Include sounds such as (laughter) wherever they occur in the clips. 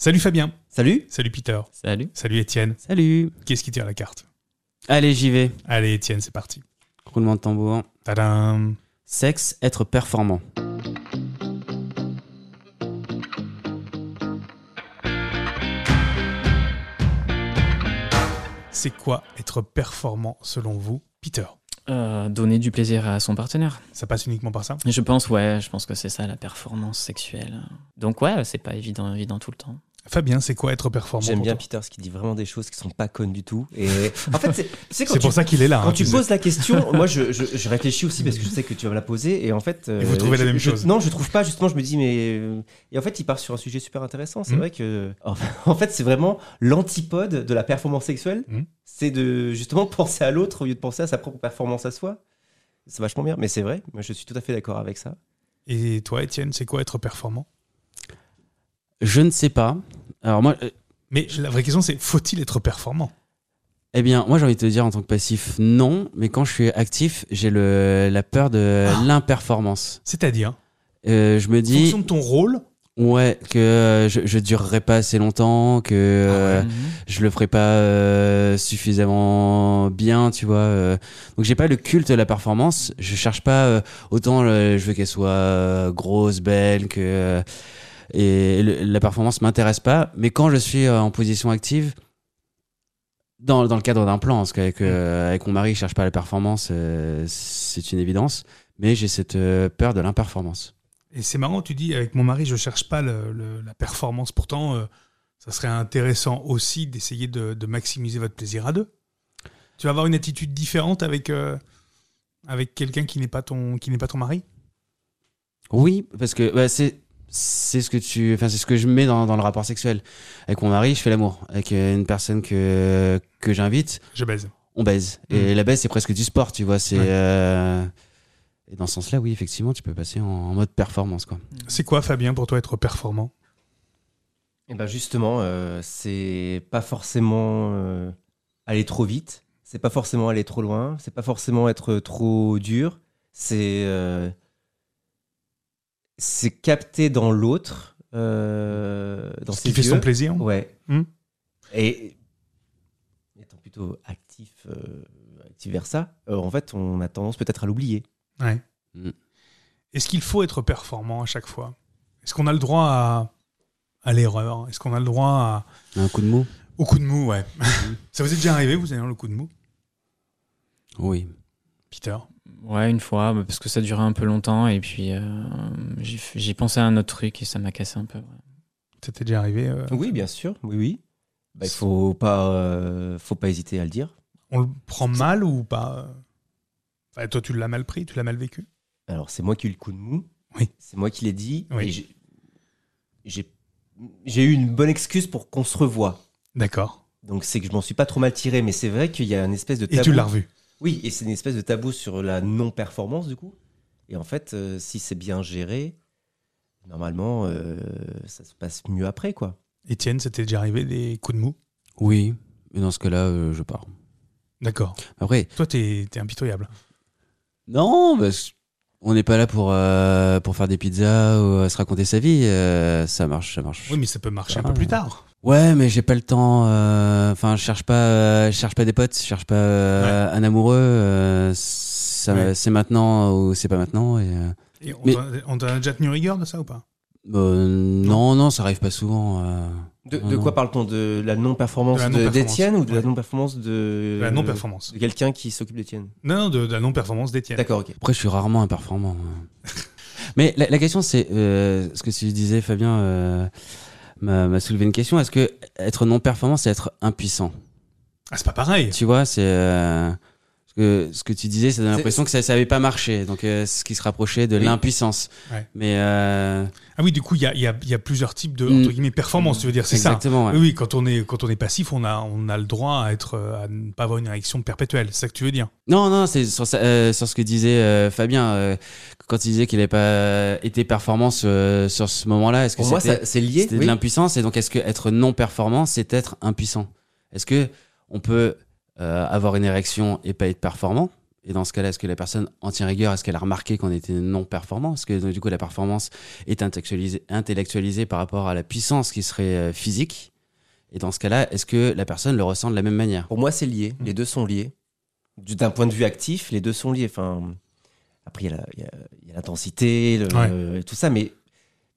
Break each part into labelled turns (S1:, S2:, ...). S1: Salut Fabien.
S2: Salut.
S1: Salut Peter.
S3: Salut.
S1: Salut Étienne.
S2: Salut.
S1: Qu'est-ce qui tire la carte
S2: Allez, j'y vais.
S1: Allez Étienne, c'est parti.
S2: Roulement de tambour.
S1: Tadam.
S2: Sexe, être performant.
S1: C'est quoi être performant selon vous, Peter
S3: Euh, donner du plaisir à son partenaire.
S1: Ça passe uniquement par ça
S3: Je pense, ouais, je pense que c'est ça la performance sexuelle. Donc ouais, c'est pas évident, évident tout le temps.
S1: Fabien, c'est quoi être performant
S4: J'aime
S1: pour
S4: bien
S1: toi
S4: Peter, ce qui dit vraiment des choses qui sont pas connes du tout. Et (laughs) en fait, c'est- c'est quand
S1: C'est
S4: tu,
S1: pour ça qu'il est là.
S4: quand
S1: hein,
S4: tu
S1: sais.
S4: poses
S1: (laughs)
S4: la question, moi je, je- je réfléchis aussi parce que je sais que tu vas me la poser. Et en fait, euh,
S1: vous trouvez la
S4: je-
S1: même
S4: je-
S1: chose.
S4: Non, je trouve pas. Justement, je me dis mais euh, et en fait, il part sur un sujet super intéressant. C'est
S1: Mm.
S4: vrai que en fait, (laughs) c'est vraiment l'antipode de la performance sexuelle.
S1: Mm.
S4: C'est de justement (laughs) penser à l'autre au lieu de penser à sa propre performance à soi. C'est vachement bien, mais c'est vrai. Moi, je suis tout à fait d'accord avec ça.
S1: Et toi Étienne, c'est quoi être performant
S2: Je ne sais pas. Alors moi, euh,
S1: Mais la vraie question c'est faut-il être performant
S2: eh bien, moi j'ai envie de te dire en tant que passif, non. Mais quand je suis actif, j'ai le la peur de
S1: Ah.
S2: l'imperformance.
S1: C'est-à-dire,
S2: Euh, je me
S1: en
S2: dis,
S1: fonction de ton rôle,
S2: ouais, que euh, je, je durerai pas assez longtemps, que
S1: Ah
S2: euh,
S3: Mhm.
S2: je le ferai pas euh, suffisamment bien, tu vois. euh. Donc j'ai pas le culte de la performance. Je cherche pas euh, autant euh, je veux qu'elle soit euh, grosse, belle, que euh, et le- la performance m'intéresse pas. Mais quand je suis euh, en position active, dans, dans le cadre d'un plan, parce qu'avec euh, avec mon mari, je cherche pas la performance, euh, c'est une évidence. Mais j'ai cette euh, peur de l'imperformance.
S1: Et c'est marrant, tu dis avec mon mari, je cherche pas le- le- la performance. Pourtant, euh, ça serait intéressant aussi d'essayer de, de maximiser votre plaisir à deux. Tu vas avoir une attitude différente avec euh, avec quelqu'un qui n'est pas ton qui n'est pas ton mari.
S2: Oui, parce que bah, c'est c'est ce que tu enfin c'est ce que je mets dans, dans le rapport sexuel avec mon mari je fais l'amour avec euh, une personne que que j'invite
S1: Je baise.
S2: on baise et la baise c'est presque du sport tu vois c'est
S1: Ouais.
S2: euh, et dans ce sens là oui effectivement tu peux passer en, en mode performance quoi
S1: C'est quoi, Fabien, pour toi être performant
S4: Et ben justement, euh, c'est pas forcément euh, aller trop vite, c'est pas forcément aller trop loin, c'est pas forcément être trop dur, c'est euh, c'est capter dans l'autre, euh, dans
S1: Ce
S4: ses
S1: qui fait
S4: yeux.
S1: son plaisir.
S4: Ouais.
S1: Hmm.
S4: Et étant plutôt actif, euh, actif vers ça, euh, en fait, on a tendance peut-être à l'oublier.
S1: Ouais.
S2: Mm.
S1: Est-ce qu'il faut être performant à chaque fois Est-ce qu'on a le droit à, à l'erreur Est-ce qu'on a le droit à-
S2: un coup de mou
S1: au coup de mou Ouais.
S4: Mm.
S1: (laughs) ça vous est déjà arrivé, vous avez le coup de mou,
S2: oui
S1: Peter
S3: Ouais, une fois, bah, parce que ça durait un peu longtemps et puis euh, j'ai f- j'ai pensé à un autre truc et ça m'a cassé un peu. ouais.
S1: Ça t'est déjà arrivé euh,
S4: Oui, bien sûr. Oui, oui. Bah, il faut pas, euh, faut pas hésiter à le dire.
S1: On le prend mal ou pas Enfin, Toi, tu l'as mal pris, tu l'as mal vécu.
S4: Alors, c'est moi qui ai eu le coup de mou.
S1: Oui.
S4: C'est moi qui l'ai dit.
S1: Oui.
S4: Et j'ai- j'ai- J'ai eu une bonne excuse pour qu'on se revoie.
S1: D'accord. Bah
S4: Donc, c'est que je m'en suis pas trop mal tiré, mais c'est vrai qu'il y a une espèce de
S1: Et
S4: tabou.
S1: tu l'as revu.
S4: Oui, et c'est une espèce de tabou sur la non-performance, du coup. Et en fait, euh, si c'est bien géré, normalement, euh, ça se passe mieux après, quoi.
S1: Étienne, ça t'est déjà arrivé des coups de mou
S2: oui mais dans ce cas là je pars
S1: D'accord.
S2: après
S1: Toi, t'es es impitoyable.
S2: Non, parce on n'est pas là pour, euh, pour faire des pizzas ou euh, se raconter sa vie. euh, ça marche, ça marche.
S1: Oui, mais ça peut marcher un
S2: Ah,
S1: peu plus
S2: ouais.
S1: tard.
S2: Ouais, mais j'ai pas le temps. euh, Enfin, je cherche pas, euh, je cherche pas des potes, je cherche pas euh, un amoureux. euh, ça-
S1: Ouais.
S2: C'est maintenant ou c'est pas maintenant. Et, euh,
S1: Et on
S2: Mais-
S1: t'en a- on t'en a déjà tenu rigueur de ça ou pas
S2: euh, non, non, ça arrive pas souvent. euh.
S4: De,
S2: Non,
S4: de
S2: non.
S4: quoi parle-t-on De la non-performance
S1: Ah. De la
S4: de-
S1: non-performance.
S4: d'Étienne ou de la
S1: Ouais.
S4: non-performance de...
S1: De la non-performance.
S4: De quelqu'un qui s'occupe d'Étienne
S1: Non, non, de, de la non-performance d'Étienne.
S4: D'accord, ok.
S2: Après, je suis rarement imperformant. euh. (laughs) Mais la, la question, c'est euh, ce que tu disais, Fabien, euh, m'a m'a soulevé une question. Est-ce que être non performant, c'est être impuissant
S1: Ah, c'est pas pareil.
S2: Tu vois, c'est euh, ce, que, ce que tu disais, ça donne
S4: C'est-
S2: l'impression que ça n'avait pas marché. Donc, euh, ce qui se rapprochait de
S4: Oui.
S2: l'impuissance.
S1: Ouais.
S2: Mais euh,
S1: Ah oui, du coup, il y a, il y a- il y a plusieurs types de
S2: Mm.
S1: entre guillemets, performances, tu veux dire, c'est ça
S2: exactement. ouais.
S1: Oui, oui, quand on est, quand on est passif, on a, on a le droit à, être, euh, à ne pas avoir une érection perpétuelle. C'est ça que tu veux dire
S2: Non, non, c'est sur, ça- euh, sur ce que disait euh, Fabien euh, quand il disait qu'il n'avait pas été performant euh, sur ce moment-là. Est-ce que
S4: Pour moi,
S2: c'était-
S4: ça- c'est lié.
S2: C'était
S4: oui.
S2: de l'impuissance et donc est-ce que être non performant c'est être impuissant Est-ce que on peut euh, avoir une érection et pas être performant Et dans ce cas-là, est-ce que la personne en tient rigueur Est-ce qu'elle a remarqué qu'on était non performant Est-ce que donc, du coup la performance est intellectualisée, intellectualisée par rapport à la puissance qui serait euh, physique Et dans ce cas-là, est-ce que la personne le ressent de la même manière
S4: Pour moi, c'est lié.
S1: Mm.
S4: Les deux sont liés. Du- D'un point de vue actif, les deux sont liés. Enfin, après, il y a la- il y a- il y a l'intensité, le-
S1: Ouais.
S4: le- tout ça. Mais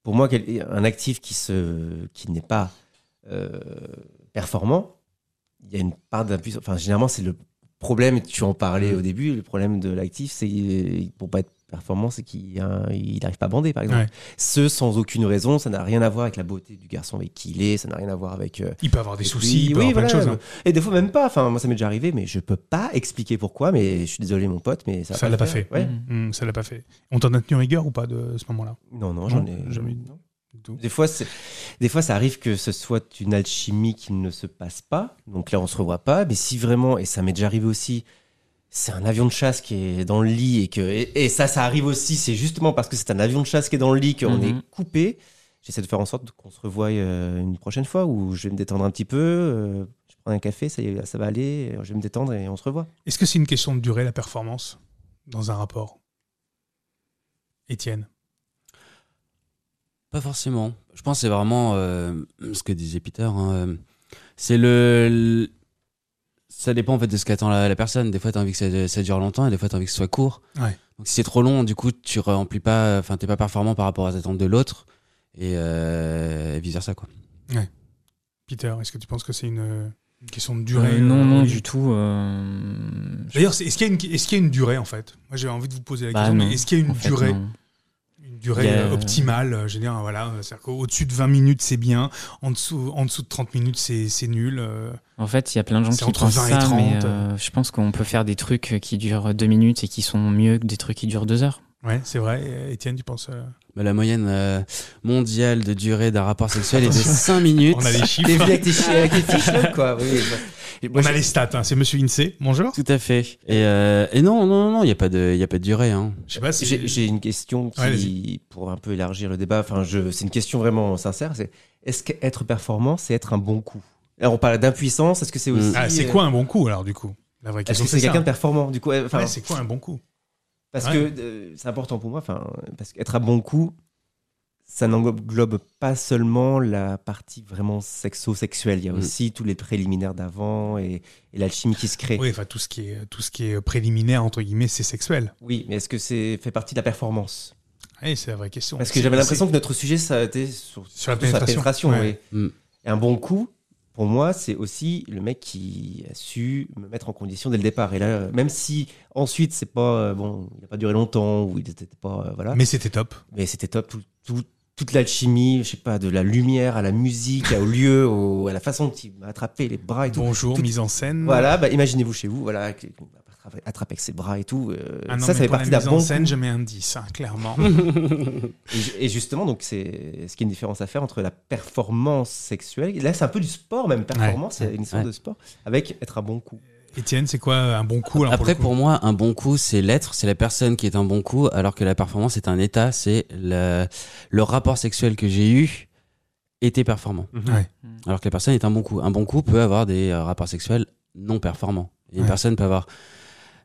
S4: pour moi, quel- un actif qui, se, qui n'est pas euh, performant, il y a une part d'impuissance. Enfin, généralement, c'est le problème, tu en
S1: Mm.
S4: parlais au début, le problème de l'actif, c'est qu'il- pour pas être performant, c'est qu'il n'arrive pas à bander, par exemple.
S1: Ouais.
S4: Ce, sans aucune raison, ça n'a rien à voir avec la beauté du garçon avec qui il est, ça n'a rien à voir avec... euh,
S1: Il peut avoir des
S4: et
S1: soucis, il
S4: puis,
S1: peut
S4: oui,
S1: avoir plein de
S4: voilà.
S1: choses. hein.
S4: Et des fois, même pas. Enfin, moi, ça m'est déjà arrivé, mais je peux pas expliquer pourquoi. Mais je suis désolé, mon pote, mais ça. va
S1: Ça l'a
S4: le
S1: pas
S4: faire.
S1: fait.
S4: Ouais.
S3: Mhm.
S1: Hum, ça l'a pas fait. On t'en a tenu rigueur ou pas de ce moment-là
S4: Non, non, j'en
S1: Mmh. Non,
S4: ai
S1: jamais.
S4: non. Des fois, c'est- des fois, ça arrive que ce soit une alchimie qui ne se passe pas. Donc là, on se revoit pas. Mais si vraiment, et ça m'est déjà arrivé aussi, c'est un avion de chasse qui est dans le lit et que et, et ça, ça arrive aussi. C'est justement parce que c'est un avion de chasse qui est dans le lit qu'on
S3: Mhm.
S4: est coupé. J'essaie de faire en sorte qu'on se revoie euh, une prochaine fois où je vais me détendre un petit peu. euh, je prends un café, ça, y est, ça va aller. euh, Je vais me détendre et on se revoit.
S1: Est-ce que c'est une question de durée, la performance, dans un rapport Étienne
S2: Pas forcément. Je pense que c'est vraiment euh, ce que disait Peter. hein, euh, c'est le, le- Ça dépend en fait de ce qu'attend la, la personne. Des fois, t'as envie que ça, ça dure longtemps et des fois, t'as envie que ce soit court.
S1: Ouais.
S2: Donc, si c'est trop long, du coup, tu remplis pas. Enfin, t'es pas performant par rapport aux attentes de l'autre et, euh, et vice versa, quoi.
S1: Peter, est-ce que tu penses que c'est une, une question de durée
S3: Euh, non, non,
S1: euh,
S3: du tout. euh, je-
S1: D'ailleurs, c'est- est-ce qu'il y, a une- est-ce qu'il y a une durée en fait Moi j'ai envie de vous poser la
S3: Bah,
S1: question,
S3: non.
S1: mais est-ce qu'il y a une
S3: en fait,
S1: durée
S3: non.
S1: Une durée
S3: Il y a-
S1: euh, optimale, euh, je veux dire, voilà, euh, c'est-à-dire qu'au-dessus de 20 minutes c'est bien, en dessous, en dessous de 30 minutes c'est c'est nul. euh,
S3: En fait, il y a plein de gens
S1: C'est
S3: qui
S1: entre
S3: pensent
S1: 20 et
S3: ça,
S1: 30,
S3: mais euh, je pense qu'on peut faire des trucs qui durent deux minutes et qui sont mieux que des trucs qui durent deux heures.
S1: Ouais, c'est vrai. Euh, Étienne, tu penses euh,
S2: Bah, la moyenne euh, mondiale de durée d'un rapport sexuel est de 5 minutes.
S1: On a les
S4: T'es venu
S1: chiffres,
S4: avec tes chi- avec tes fiches, là, ou quoi. Oui, oui, bah. Moi,
S1: on a
S4: j'ai-
S1: les stats. hein, C'est Monsieur Insee, bonjour.
S2: Tout à fait. Et, euh, et non, non, non, non, il n'y a, pas de- y a pas de durée. Hein.
S1: Je sais pas si
S4: J'ai j'ai une question qui,
S1: Ouais, vas-y.
S4: pour un peu élargir le débat, enfin, je- c'est une question vraiment sincère. C'est est-ce qu'être performant, c'est être un bon coup Alors, on parle d'impuissance. Est-ce que c'est aussi
S1: Ah, c'est
S4: euh,
S1: quoi un bon coup alors du coup La vraie
S4: Est-ce
S1: question
S4: que c'est
S1: ça.
S4: quelqu'un de performant Du coup, euh, enfin,
S1: Ouais, c'est quoi un bon coup
S4: parce
S1: ouais.
S4: que euh, c'est important pour moi. Enfin, parce qu'être un bon coup, ça n'englobe pas seulement la partie vraiment sexo-sexuelle. Il y a
S2: Mm.
S4: aussi tous les préliminaires d'avant et, et l'alchimie qui se crée.
S1: Oui, enfin tout ce qui est tout ce qui est préliminaire entre guillemets, c'est sexuel.
S4: Oui, mais est-ce que c'est fait partie de la performance
S1: Ouais, c'est la vraie question.
S4: Parce que
S1: C'est-
S4: j'avais l'impression
S1: c'est-
S4: que notre sujet, ça était sur,
S1: Sur la
S4: surtout
S1: pénétration, ouais.
S4: oui.
S2: Mm.
S4: Et un bon coup, pour moi, c'est aussi le mec qui a su me mettre en condition dès le départ. Et là, euh, même si ensuite, c'est pas euh, bon, il n'a pas duré longtemps ou il n'était pas euh, voilà, mais,
S1: mais c'était top.
S4: c'était top. Tout, tout- toute l'alchimie, je sais pas, de la lumière à la musique, à- au lieu, au- à la façon dont il m'a attrapé les bras et tout.
S1: Bonjour,
S4: tout-
S1: mise en scène.
S4: Voilà, bah, imaginez-vous chez vous, voilà, qu'il m'a attrapé- attrapé avec ses bras et tout. euh,
S1: Ah non, mais
S4: ça, ça fait
S1: pour
S4: partie
S1: la
S4: d'un
S1: mise
S4: bon
S1: en
S4: coup.
S1: scène, je mets un 10, hein,
S4: (laughs)
S1: clairement.
S4: Et ju- Et justement, donc, c'est ce qui est une différence à faire entre la performance sexuelle. Là, c'est un peu du sport, même. Performance, c'est une sorte
S2: Ouais.
S4: de sport. Avec être un bon coup.
S1: Étienne, c'est quoi euh, un bon coup alors,
S2: Après,
S1: pour,
S2: pour
S1: le coup
S2: moi, un bon coup, c'est l'être, c'est la personne qui est un bon coup, alors que la performance est un état, c'est le, le rapport sexuel que j'ai eu était performant.
S1: Ouais.
S2: Alors que la personne est un bon coup. Un bon coup peut avoir des euh, rapports sexuels non performants. Et une
S1: Ouais.
S2: personne peut avoir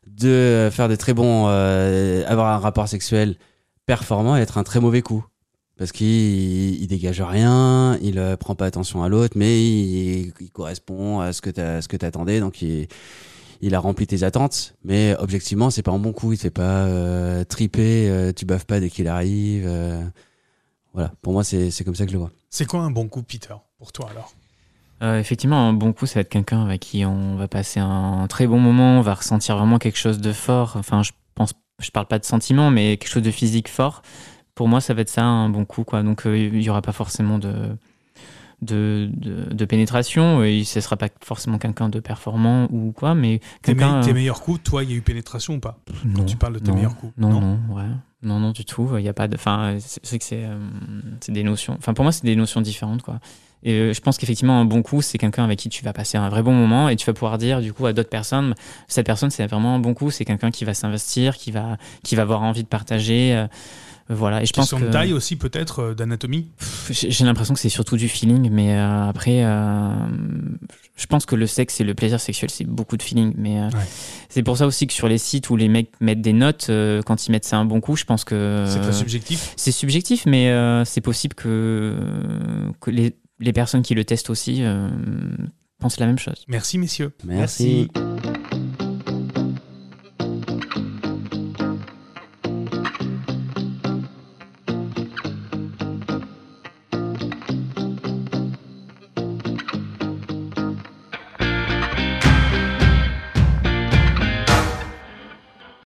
S2: de euh, faire des très bons, euh, avoir un rapport sexuel performant et être un très mauvais coup. Parce qu'il il dégage rien, il euh, prend pas attention à l'autre, mais il, il correspond à ce que t'as- ce que t'attendais, donc il, il a rempli tes attentes. Mais objectivement, c'est pas un bon coup, il te fait pas euh, triper, euh, tu baves pas dès qu'il arrive. euh. voilà, pour moi c'est c'est comme ça que je le vois.
S1: C'est quoi un bon coup, Peter, pour toi alors
S3: Euh, effectivement, un bon coup, ça va être quelqu'un avec qui on va passer un très bon moment, on va ressentir vraiment quelque chose de fort. Enfin, je pense, je parle pas de sentiment, mais quelque chose de physique fort. Pour moi, ça va être ça, un bon coup, quoi. Donc, euh, il y aura pas forcément de de, de, de pénétration, et ce sera pas forcément quelqu'un de performant ou quoi, mais
S1: tes, me-
S3: quelqu'un.
S1: tes
S3: euh,
S1: meilleurs coups, toi, il y a eu pénétration ou pas
S3: non.
S1: Tu parles de tes
S3: non.
S1: meilleurs coups.
S3: Non, non, ouais. Non, non, du tout. Il n'y a pas de. Enfin, euh, c'est c'est que c'est euh, c'est des notions. Enfin, pour moi, c'est des notions différentes, quoi. Et euh, je pense qu'effectivement, un bon coup, c'est quelqu'un avec qui tu vas passer un vrai bon moment et tu vas pouvoir dire, du coup, à d'autres personnes, cette personne, c'est vraiment un bon coup. C'est quelqu'un qui va s'investir, qui va, qui va avoir envie de partager. euh, Voilà, et je
S1: Qui
S3: pense
S1: sont
S3: que
S1: de taille aussi, peut-être, euh, d'anatomie.
S3: pff, j'ai j'ai l'impression que c'est surtout du feeling, mais euh, après, euh, je pense que le sexe et le plaisir sexuel, c'est beaucoup de feeling. Mais euh,
S1: Ouais.
S3: c'est pour ça aussi que sur les sites où les mecs mettent des notes, euh, quand ils mettent ça un bon coup, je pense que
S1: C'est très
S3: euh,
S1: subjectif.
S3: c'est subjectif, mais euh, c'est possible que, que les, les personnes qui le testent aussi euh, pensent la même chose.
S1: Merci, messieurs.
S2: Merci.
S4: Merci.